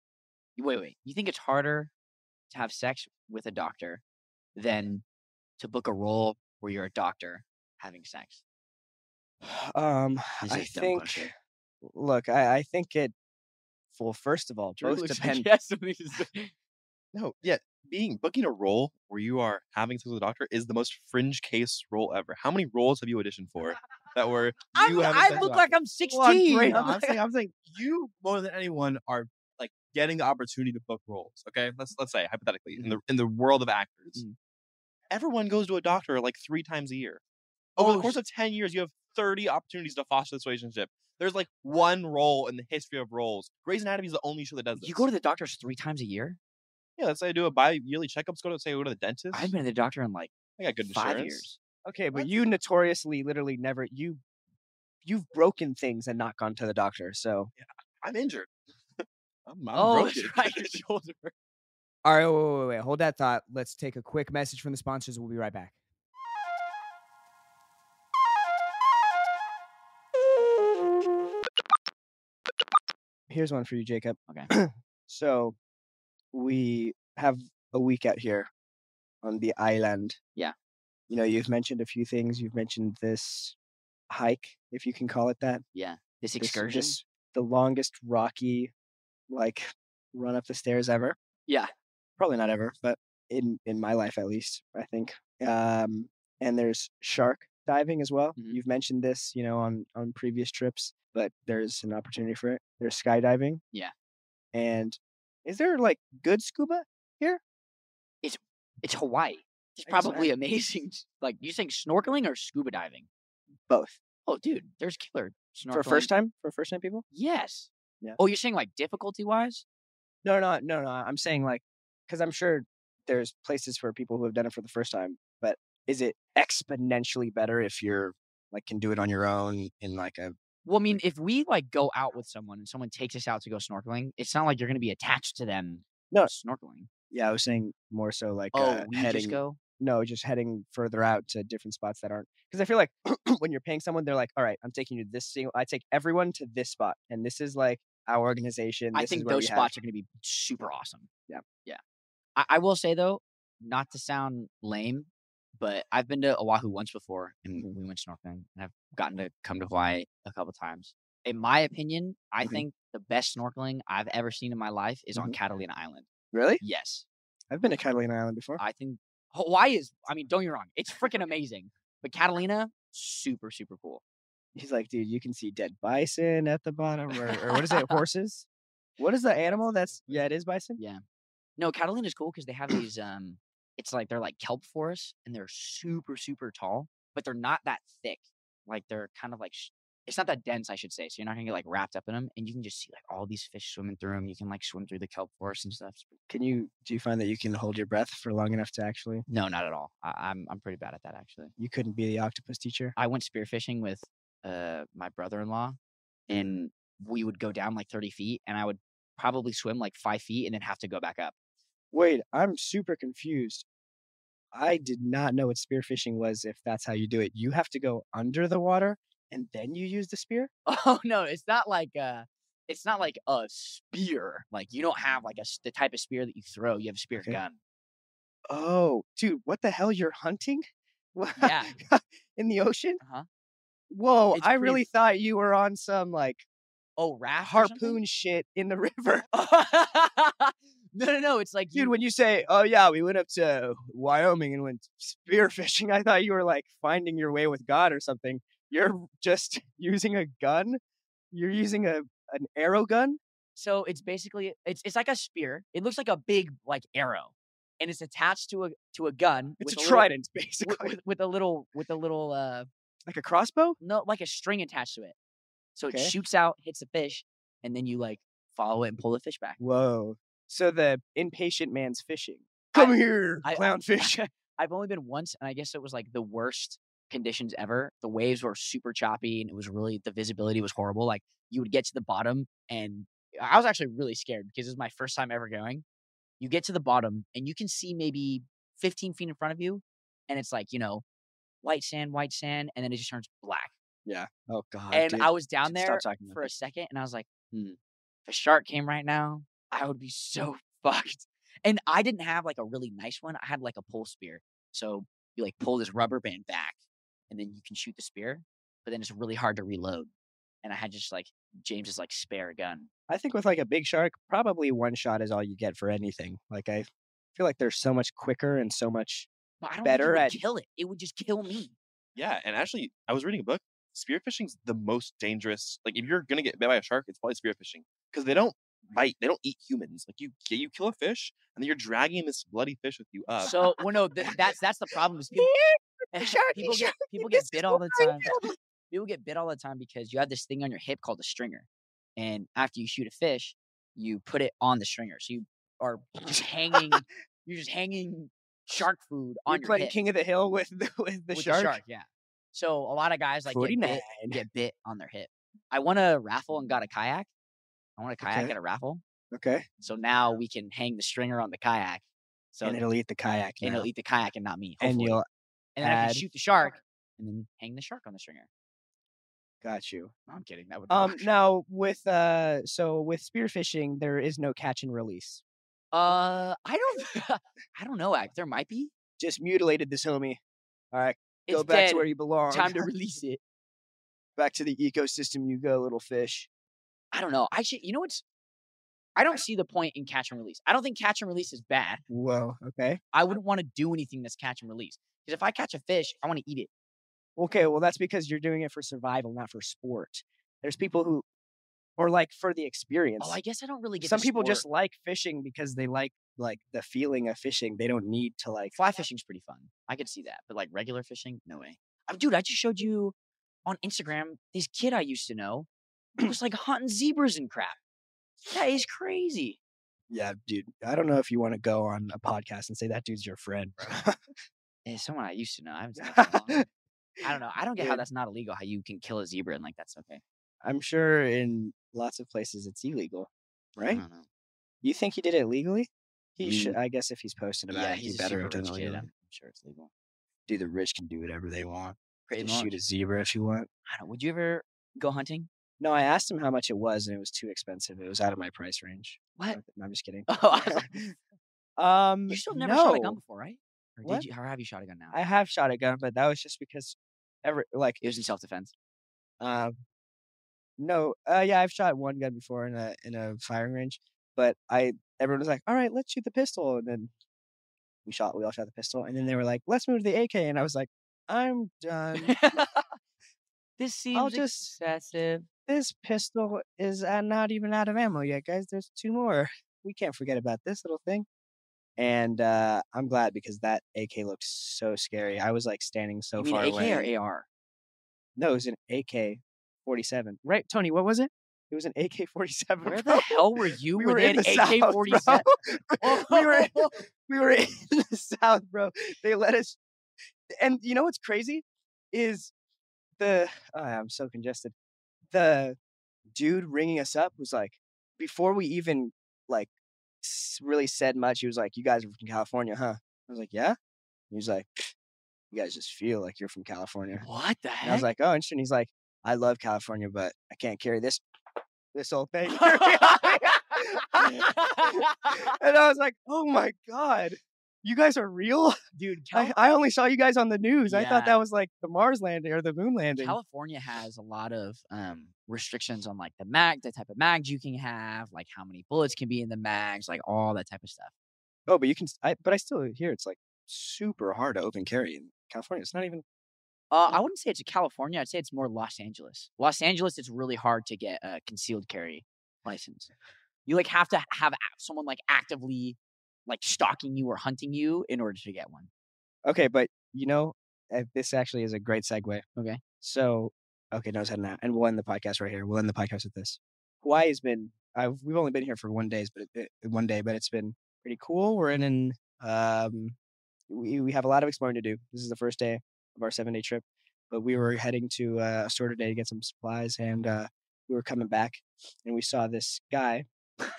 [SPEAKER 3] Wait, wait. You think it's harder to have sex with a doctor than to book a role where you're a doctor having sex?
[SPEAKER 1] Um,
[SPEAKER 3] This
[SPEAKER 1] I
[SPEAKER 3] is a dumb
[SPEAKER 1] think.
[SPEAKER 3] question.
[SPEAKER 1] Look, I, I think it. Well, first of all,
[SPEAKER 3] Drew
[SPEAKER 1] both
[SPEAKER 3] looks like
[SPEAKER 1] depend.
[SPEAKER 3] he has something to say.
[SPEAKER 2] No, yeah, being booking a role where you are having sex with a doctor is the most fringe case role ever. How many roles have you auditioned for that were
[SPEAKER 3] I'm-
[SPEAKER 2] you having
[SPEAKER 3] I
[SPEAKER 2] sex
[SPEAKER 3] look
[SPEAKER 2] with
[SPEAKER 3] like I'm
[SPEAKER 2] Well, I'm
[SPEAKER 3] 16.
[SPEAKER 2] great.
[SPEAKER 3] I'm
[SPEAKER 2] I'm
[SPEAKER 3] like-
[SPEAKER 2] saying, I'm saying you more than anyone are like getting the opportunity to book roles. Okay, let's let's say hypothetically
[SPEAKER 3] Mm-hmm.
[SPEAKER 2] in the in the world of actors,
[SPEAKER 3] Mhm.
[SPEAKER 2] everyone goes to a doctor like three times a year. Over the
[SPEAKER 3] Oh,
[SPEAKER 2] course of ten years, you have thirty opportunities to foster this relationship. There's like one role in the history of roles. Grey's Anatomy is the only show that does this.
[SPEAKER 3] you go to the doctors three times a year.
[SPEAKER 2] yeah, let's say I do a bi-yearly checkups. Go to say I go to the dentist.
[SPEAKER 3] I haven't been to the doctor in like
[SPEAKER 2] I got good
[SPEAKER 3] five
[SPEAKER 2] insurance.
[SPEAKER 3] years.
[SPEAKER 1] Okay, but
[SPEAKER 2] What?
[SPEAKER 1] you notoriously, literally, never you. You've broken things and not gone to the doctor, so
[SPEAKER 2] I'm injured. I'm, I'm
[SPEAKER 3] oh,
[SPEAKER 2] broken.
[SPEAKER 3] that's right, your shoulder.
[SPEAKER 4] All right, wait, wait, wait, wait. Hold that thought. Let's take a quick message from the sponsors. We'll be right back.
[SPEAKER 1] here's one for you, Jacob.
[SPEAKER 3] Okay.
[SPEAKER 1] So, we have a week out here on the island.
[SPEAKER 3] Yeah.
[SPEAKER 1] You know, you've mentioned a few things. You've mentioned this hike, if you can call it that.
[SPEAKER 3] Yeah, this
[SPEAKER 1] This-
[SPEAKER 3] excursion.
[SPEAKER 1] this- the longest rocky, like, run up the stairs ever.
[SPEAKER 3] Yeah.
[SPEAKER 1] Probably not ever, but in in my life at least, I think. Um, and there's shark diving as well.
[SPEAKER 3] Mhm.
[SPEAKER 1] You've mentioned this, you know, on on previous trips, but there's an opportunity for it. There's skydiving.
[SPEAKER 3] Yeah.
[SPEAKER 1] And is there like good scuba?
[SPEAKER 3] It's Hawaii. It's probably amazing. s- Like you saying snorkeling or scuba diving?
[SPEAKER 1] Both
[SPEAKER 3] Oh, dude, there's killer snorkeling.
[SPEAKER 1] for first time for first time people.
[SPEAKER 3] Yes.
[SPEAKER 1] Yeah.
[SPEAKER 3] Oh, you're saying like difficulty wise?
[SPEAKER 1] No, no, no, no. I'm saying like, because I'm sure there's places for people who have done it for the first time, but is it exponentially better if you're like can do it on your own in like a
[SPEAKER 3] Well, I mean, if we like go out with someone and someone takes us out to go snorkeling, it's not like you're gonna be attached to them.
[SPEAKER 1] No.
[SPEAKER 3] snorkeling.
[SPEAKER 1] yeah, I was saying more so like
[SPEAKER 3] Oh,
[SPEAKER 1] uh,
[SPEAKER 3] we
[SPEAKER 1] heading
[SPEAKER 3] just go.
[SPEAKER 1] no, just heading further out to different spots that aren't. Because I feel like when you're paying someone, they're like, all right, I'm taking you to this single, I take everyone to this spot. And this is like our organization.
[SPEAKER 3] I
[SPEAKER 1] this is
[SPEAKER 3] think
[SPEAKER 1] where
[SPEAKER 3] those
[SPEAKER 1] we have-
[SPEAKER 3] spots are going to be super awesome.
[SPEAKER 1] Yeah.
[SPEAKER 3] Yeah. I, I will say though, not to sound lame, but I've been to Oahu once before and we went snorkeling and I've gotten to come to Hawaii a couple times. In my opinion, I
[SPEAKER 1] Mhm.
[SPEAKER 3] think the best snorkeling I've ever seen in my life is
[SPEAKER 1] Mm-hmm.
[SPEAKER 3] on Catalina Island.
[SPEAKER 1] Really?
[SPEAKER 3] Yes.
[SPEAKER 1] I've been to Catalina Island before.
[SPEAKER 3] I think Hawaii is, I mean, don't get me wrong, it's freaking amazing. But Catalina, super, super cool.
[SPEAKER 1] He's like, dude, you can see dead bison at the bottom, or, or what is it? Horses? What is the animal that's, yeah, it is bison?
[SPEAKER 3] Yeah. No, Catalina's cool because they have these um it's like they're like kelp forests and they're super, super tall, but they're not that thick. Like they're kind of like sh- it's not that dense, I should say. So you're not gonna get like wrapped up in them, and you can just see like all these fish swimming through them. You can like swim through the kelp forest and stuff.
[SPEAKER 1] Can you, do you find that you can hold your breath for long enough to actually,
[SPEAKER 3] No, not at all. I- I'm I'm pretty bad at that actually.
[SPEAKER 1] you couldn't be the octopus teacher?
[SPEAKER 3] I went spearfishing with uh my brother-in-law, and we would go down like 30 feet, and I would probably swim like five feet and then have to go back up.
[SPEAKER 1] Wait, I'm super confused. I did not know what spearfishing was if that's how you do it. You have to go under the water and then you use the spear?
[SPEAKER 3] Oh no, it's not like uh it's not like a spear. Like you don't have like a s- the type of spear that you throw. You have a spear
[SPEAKER 1] Okay.
[SPEAKER 3] gun.
[SPEAKER 1] Oh, dude, what the hell? You're hunting? Wha-
[SPEAKER 3] Yeah.
[SPEAKER 1] In the ocean?
[SPEAKER 3] Uh-huh.
[SPEAKER 1] Whoa,
[SPEAKER 3] It's
[SPEAKER 1] I
[SPEAKER 3] pretty-
[SPEAKER 1] really thought you were on some like
[SPEAKER 3] Oh, raft or something?
[SPEAKER 1] harpoon shit in the river.
[SPEAKER 3] no, no, no. It's like
[SPEAKER 1] Dude,
[SPEAKER 3] you-
[SPEAKER 1] when you say, oh yeah, we went up to Wyoming and went spearfishing, I thought you were like finding your way with God or something. You're just using a gun? You're using a an arrow gun?
[SPEAKER 3] so it's basically it's it's like a spear. It looks like a big like arrow, and it's attached to a to a gun.
[SPEAKER 1] It's
[SPEAKER 3] with
[SPEAKER 1] a
[SPEAKER 3] little-
[SPEAKER 1] trident,
[SPEAKER 3] with,
[SPEAKER 1] basically.
[SPEAKER 3] with, with a little with a little uh
[SPEAKER 1] like a crossbow?
[SPEAKER 3] no like a string attached to it. So
[SPEAKER 1] Okay.
[SPEAKER 3] it shoots out, hits a fish, and then you like follow it and pull the fish back.
[SPEAKER 1] Whoa. So the impatient man's fishing.
[SPEAKER 3] I-
[SPEAKER 1] Come here,
[SPEAKER 3] I-
[SPEAKER 1] clownfish.
[SPEAKER 3] I've only been once, and I guess it was like the worst conditions ever. The waves were super choppy, and it was really the visibility was horrible. Like you would get to the bottom, and I was actually really scared because it was my first time ever going. You get to the bottom, and you can see maybe 15 feet in front of you, and it's like you know, white sand, white sand, and then it just turns black.
[SPEAKER 1] oh God.
[SPEAKER 3] and
[SPEAKER 1] dude.
[SPEAKER 3] I was down
[SPEAKER 1] Stop
[SPEAKER 3] there
[SPEAKER 1] talking about
[SPEAKER 3] for a
[SPEAKER 1] this.
[SPEAKER 3] second, and I was like, hmm, if a shark came right now, I would be so fucked. And I didn't have like a really nice one. I had like a pole spear. So you like pull this rubber band back, and then you can shoot the spear, but then it's really hard to reload. And I had just like James's like spare gun.
[SPEAKER 1] I think with like a big shark, probably one shot is all you get for anything. Like I feel like they're so much quicker and so much.
[SPEAKER 3] But I don't
[SPEAKER 1] Better
[SPEAKER 3] think it would
[SPEAKER 1] at-
[SPEAKER 3] kill it. It would just kill me.
[SPEAKER 2] Yeah, and actually, I was reading a book. Spearfishing's the most dangerous. Like, if you're gonna get bit by a shark, it's probably spearfishing because they don't bite. They don't eat humans. Like, you you kill a fish, and then you're dragging this bloody fish with you up.
[SPEAKER 3] So well, no, th- that's that's the problem. Is people,
[SPEAKER 1] sharky,
[SPEAKER 3] people get people get bit all the time. People get bit all the time because you have this thing on your hip called a stringer, and after you shoot a fish, you put it on the stringer. So you are just hanging. You're just hanging shark food on
[SPEAKER 1] You're
[SPEAKER 3] your
[SPEAKER 1] playing
[SPEAKER 3] hip
[SPEAKER 1] King of the Hill with the, with the
[SPEAKER 3] with
[SPEAKER 1] shark.
[SPEAKER 3] The shark. Yeah. So a lot of guys like get
[SPEAKER 1] 49.
[SPEAKER 3] bit, get bit on their hip. I won a raffle and got a kayak. I won a kayak
[SPEAKER 1] Okay.
[SPEAKER 3] at a raffle.
[SPEAKER 1] Okay.
[SPEAKER 3] So now we can hang the stringer on the kayak. So
[SPEAKER 1] and it'll eat the kayak.
[SPEAKER 3] and it'll
[SPEAKER 1] now.
[SPEAKER 3] eat the kayak and not me.
[SPEAKER 1] And
[SPEAKER 3] hopefully.
[SPEAKER 1] you'll
[SPEAKER 3] and then I
[SPEAKER 1] add-
[SPEAKER 3] can shoot the shark and then hang the shark on the stringer.
[SPEAKER 1] got you.
[SPEAKER 3] No, I'm kidding. That would
[SPEAKER 1] Um. Now with uh. So with spearfishing, there is no catch and release.
[SPEAKER 3] uh, I don't, I don't know. Act there might be.
[SPEAKER 1] Just mutilated this homie. All right.
[SPEAKER 3] It's
[SPEAKER 1] go back
[SPEAKER 3] dead.
[SPEAKER 1] to where you belong.
[SPEAKER 3] Time to release it.
[SPEAKER 1] back to the ecosystem you go, little fish.
[SPEAKER 3] I don't know. I should. You know what's? I don't see the point in catch and release. I don't think catch and release is bad.
[SPEAKER 1] Whoa. Okay.
[SPEAKER 3] I wouldn't want to do anything that's catch and release because if I catch a fish, I want to eat it.
[SPEAKER 1] Okay, well, that's because you're doing it for survival, not for sport. There's people who, or like for the experience.
[SPEAKER 3] Oh, I guess I don't really get.
[SPEAKER 1] Some
[SPEAKER 3] the
[SPEAKER 1] people just
[SPEAKER 3] sport.
[SPEAKER 1] like fishing because they like like the feeling of fishing. They don't need to like.
[SPEAKER 3] fly fishing's pretty fun. I could see that, but like regular fishing, no way. Um, dude, I just showed you on Instagram this kid I used to know. It was like hunting zebras and crap. That is crazy.
[SPEAKER 1] Yeah, dude. I don't know if you want to go on a podcast and say that dude's your friend, bro.
[SPEAKER 3] And it's Eh, someone I used to know. I haven't seen that for a long. I don't know. I don't get how
[SPEAKER 1] Dude.
[SPEAKER 3] that's not illegal. How you can kill a zebra and like that's okay.
[SPEAKER 1] I'm sure in lots of places it's illegal,
[SPEAKER 3] I
[SPEAKER 1] right?
[SPEAKER 3] don't know.
[SPEAKER 1] You think he did it legally? He should.
[SPEAKER 3] Mm.
[SPEAKER 1] I guess if he's posted about
[SPEAKER 3] Yeah,
[SPEAKER 1] it, he
[SPEAKER 3] he's a
[SPEAKER 1] better
[SPEAKER 3] super
[SPEAKER 1] have done
[SPEAKER 3] rich
[SPEAKER 1] it
[SPEAKER 3] kid. I'm
[SPEAKER 1] legally.
[SPEAKER 3] I'm sure it's legal.
[SPEAKER 1] Dude, the rich can do whatever they want.
[SPEAKER 3] Pretty
[SPEAKER 1] Just
[SPEAKER 3] much.
[SPEAKER 1] shoot a zebra if you want.
[SPEAKER 3] I don't. Would you ever go hunting?
[SPEAKER 1] No, I asked him how much it was, and it was too expensive. It was out of my price range.
[SPEAKER 3] What?
[SPEAKER 1] No, I'm just kidding.
[SPEAKER 3] Oh, I was like,
[SPEAKER 1] um,
[SPEAKER 3] you still never shot a gun
[SPEAKER 1] no,
[SPEAKER 3] before, right? Or
[SPEAKER 1] What?
[SPEAKER 3] did you? Or have you shot a gun now?
[SPEAKER 1] I have shot a gun, but that was just because, ever like,
[SPEAKER 3] it was in self defense.
[SPEAKER 1] um, no, uh, yeah, I've shot one gun before in a in a firing range, but I everyone was like, "All right, let's shoot the pistol," and then we shot. We all shot the pistol, and then they were like, "Let's move to the AK," and I was like, "I'm done.
[SPEAKER 3] this seems
[SPEAKER 1] I'll just
[SPEAKER 3] excessive.
[SPEAKER 1] this pistol is uh, not even out of ammo yet, guys. There's two more. We can't forget about this little thing. And uh, I'm glad because that AK looked so scary. I was like standing so
[SPEAKER 3] you mean
[SPEAKER 1] far
[SPEAKER 3] AK
[SPEAKER 1] away.
[SPEAKER 3] or AR?
[SPEAKER 1] no, it was an AK 47. Right, Tony? What was it? It was an AK 47.
[SPEAKER 3] Where the hell were you
[SPEAKER 1] We
[SPEAKER 3] when
[SPEAKER 1] were
[SPEAKER 3] they
[SPEAKER 1] in
[SPEAKER 3] had
[SPEAKER 1] the South,
[SPEAKER 3] AK
[SPEAKER 1] bro.
[SPEAKER 3] forty seven?
[SPEAKER 1] we were we were in the South, bro. They let us. And you know what's crazy is the oh, I'm so congested. The dude ringing us up was like, before we even like s- really said much, he was like, "You guys are from California, huh?" I was like, "Yeah." He was like, "You guys just feel like you're from California."
[SPEAKER 3] What the
[SPEAKER 1] And I
[SPEAKER 3] heck?
[SPEAKER 1] was like, "Oh, interesting." He's like, "I love California, but I can't carry this this old thing." and I was like, "Oh my god, you guys are real."
[SPEAKER 3] Dude,
[SPEAKER 1] I, I only saw you guys on the news. I
[SPEAKER 3] Yeah.
[SPEAKER 1] thought that was like the Mars landing or the moon landing.
[SPEAKER 3] California has a lot of um, restrictions on like the mag, the type of mags you can have, like how many bullets can be in the mags, like all that type of stuff.
[SPEAKER 1] oh, but you can. s- I, but I still hear it's like super hard to open carry in California. It's not even.
[SPEAKER 3] Uh, I wouldn't say it's a California. I'd say it's more Los Angeles. Los Angeles, it's really hard to get a concealed carry license. You like have to have a- someone like actively like stalking you or hunting you in order to get one.
[SPEAKER 1] Okay, but you know, uh, this actually is a great segue.
[SPEAKER 3] Okay.
[SPEAKER 1] So, okay, no, it's heading out, and we'll end the podcast right here. We'll end the podcast with this. Hawaii has been I've, we've only been here for one days, but it, it- one day, but it's been pretty cool. We're in an um, we we have a lot of exploring to do. This is the first day of our seven day trip, but we were heading to uh, a store today to get some supplies, and uh, we were coming back, and we saw this guy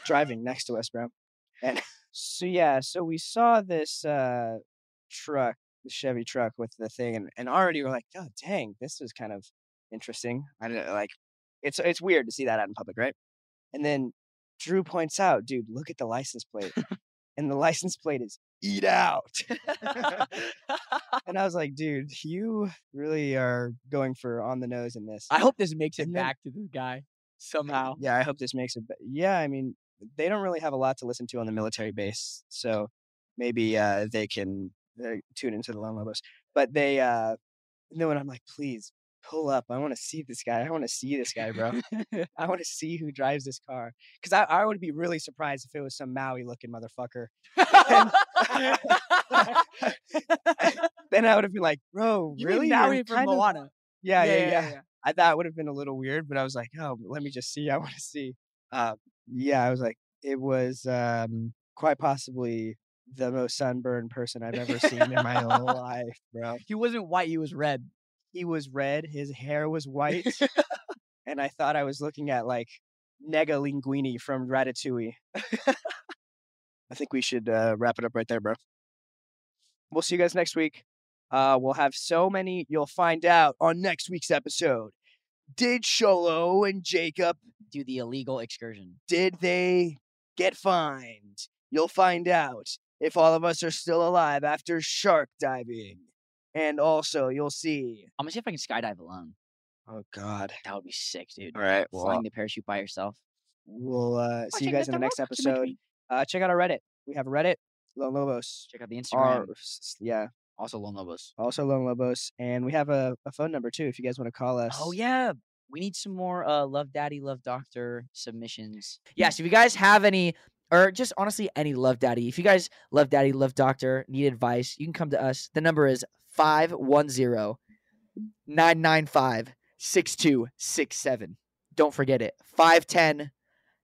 [SPEAKER 1] driving next to us, bro. And so yeah, so we saw this uh, truck, the Chevy truck with the thing, and, and already we're like, oh dang, this is kind of interesting. I don't know, like it's it's weird to see that out in public, right? And then Drew points out, dude, look at the license plate. and the license plate is eat out. and I was like, dude, you really are going for on the nose in this.
[SPEAKER 3] I hope this makes it
[SPEAKER 1] And then-
[SPEAKER 3] back to this guy somehow.
[SPEAKER 1] Yeah, I hope this makes it. ba- Yeah, I mean, they don't really have a lot to listen to on the military base, so maybe uh, they can uh, tune into the Lone Lobos. But they, uh, and then when I'm like, please pull up, I want to see this guy. I want to see this guy, bro. I want to see who drives this car because I, I would be really surprised if it was some Maui looking motherfucker. Then I would have been like, bro,
[SPEAKER 3] you
[SPEAKER 1] really?
[SPEAKER 3] mean
[SPEAKER 1] You're
[SPEAKER 3] Maui from
[SPEAKER 1] kind of-
[SPEAKER 3] Moana?
[SPEAKER 1] yeah, yeah, yeah. I thought would have been a little weird, but I was like, oh, let me just see. I want to see. Uh, yeah, I was like, it was um, quite possibly the most sunburned person I've ever seen in my life, bro.
[SPEAKER 3] He wasn't white. He was red.
[SPEAKER 1] He was red, his hair was white, and I thought I was looking at like Nega Linguini from Ratatouille. I think we should uh, wrap it up right there, bro. We'll see you guys next week. Uh, we'll have so many you'll find out on next week's episode. Did Sholo and Jacob
[SPEAKER 3] Do the illegal excursion.
[SPEAKER 1] did they get fined? You'll find out if all of us are still alive after shark diving. And also, you'll see.
[SPEAKER 3] I'm gonna see if I can skydive alone.
[SPEAKER 1] Oh God!
[SPEAKER 3] That would be sick, dude.
[SPEAKER 2] All right.
[SPEAKER 3] Flying the parachute by
[SPEAKER 1] uh,
[SPEAKER 3] yourself.
[SPEAKER 1] We'll uh, see you
[SPEAKER 3] Watching
[SPEAKER 1] guys in the
[SPEAKER 3] Mr.
[SPEAKER 1] next
[SPEAKER 3] Robot to make
[SPEAKER 1] episode.
[SPEAKER 3] me-
[SPEAKER 1] Uh, check out our Reddit. We have Reddit Lone Lobos.
[SPEAKER 3] Check out the Instagram.
[SPEAKER 1] Our, s- s- yeah,
[SPEAKER 3] also, Lone Lobos.
[SPEAKER 1] also Lone Lobos, and we have a, a phone number too if you guys want to call us.
[SPEAKER 3] Oh yeah. We need some more uh, Love Daddy, Love Doctor submissions. Yeah, so if you guys have any or just honestly any Love Daddy, if you guys love Daddy, Love Doctor, need advice, you can come to us. The number is 510 995 6267. Don't forget it. 510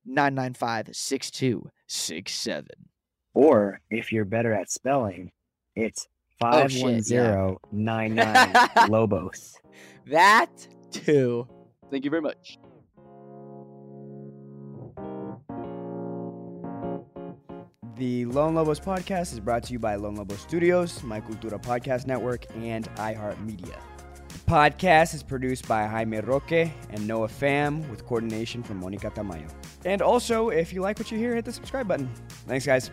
[SPEAKER 3] 995 6267.
[SPEAKER 1] Or if you're better at spelling, it's
[SPEAKER 3] Oh, shit, yeah.
[SPEAKER 1] nine Lobos.
[SPEAKER 3] That too.
[SPEAKER 2] Thank you very much.
[SPEAKER 4] The Lone Lobos podcast is brought to you by Lone Lobos Studios, My Cultura Podcast Network, and iHeartMedia. The podcast is produced by Jaime Roque and Noah Pham with coordination from Monica Tamayo. And also, if you like what you hear, hit the subscribe button. Thanks, guys.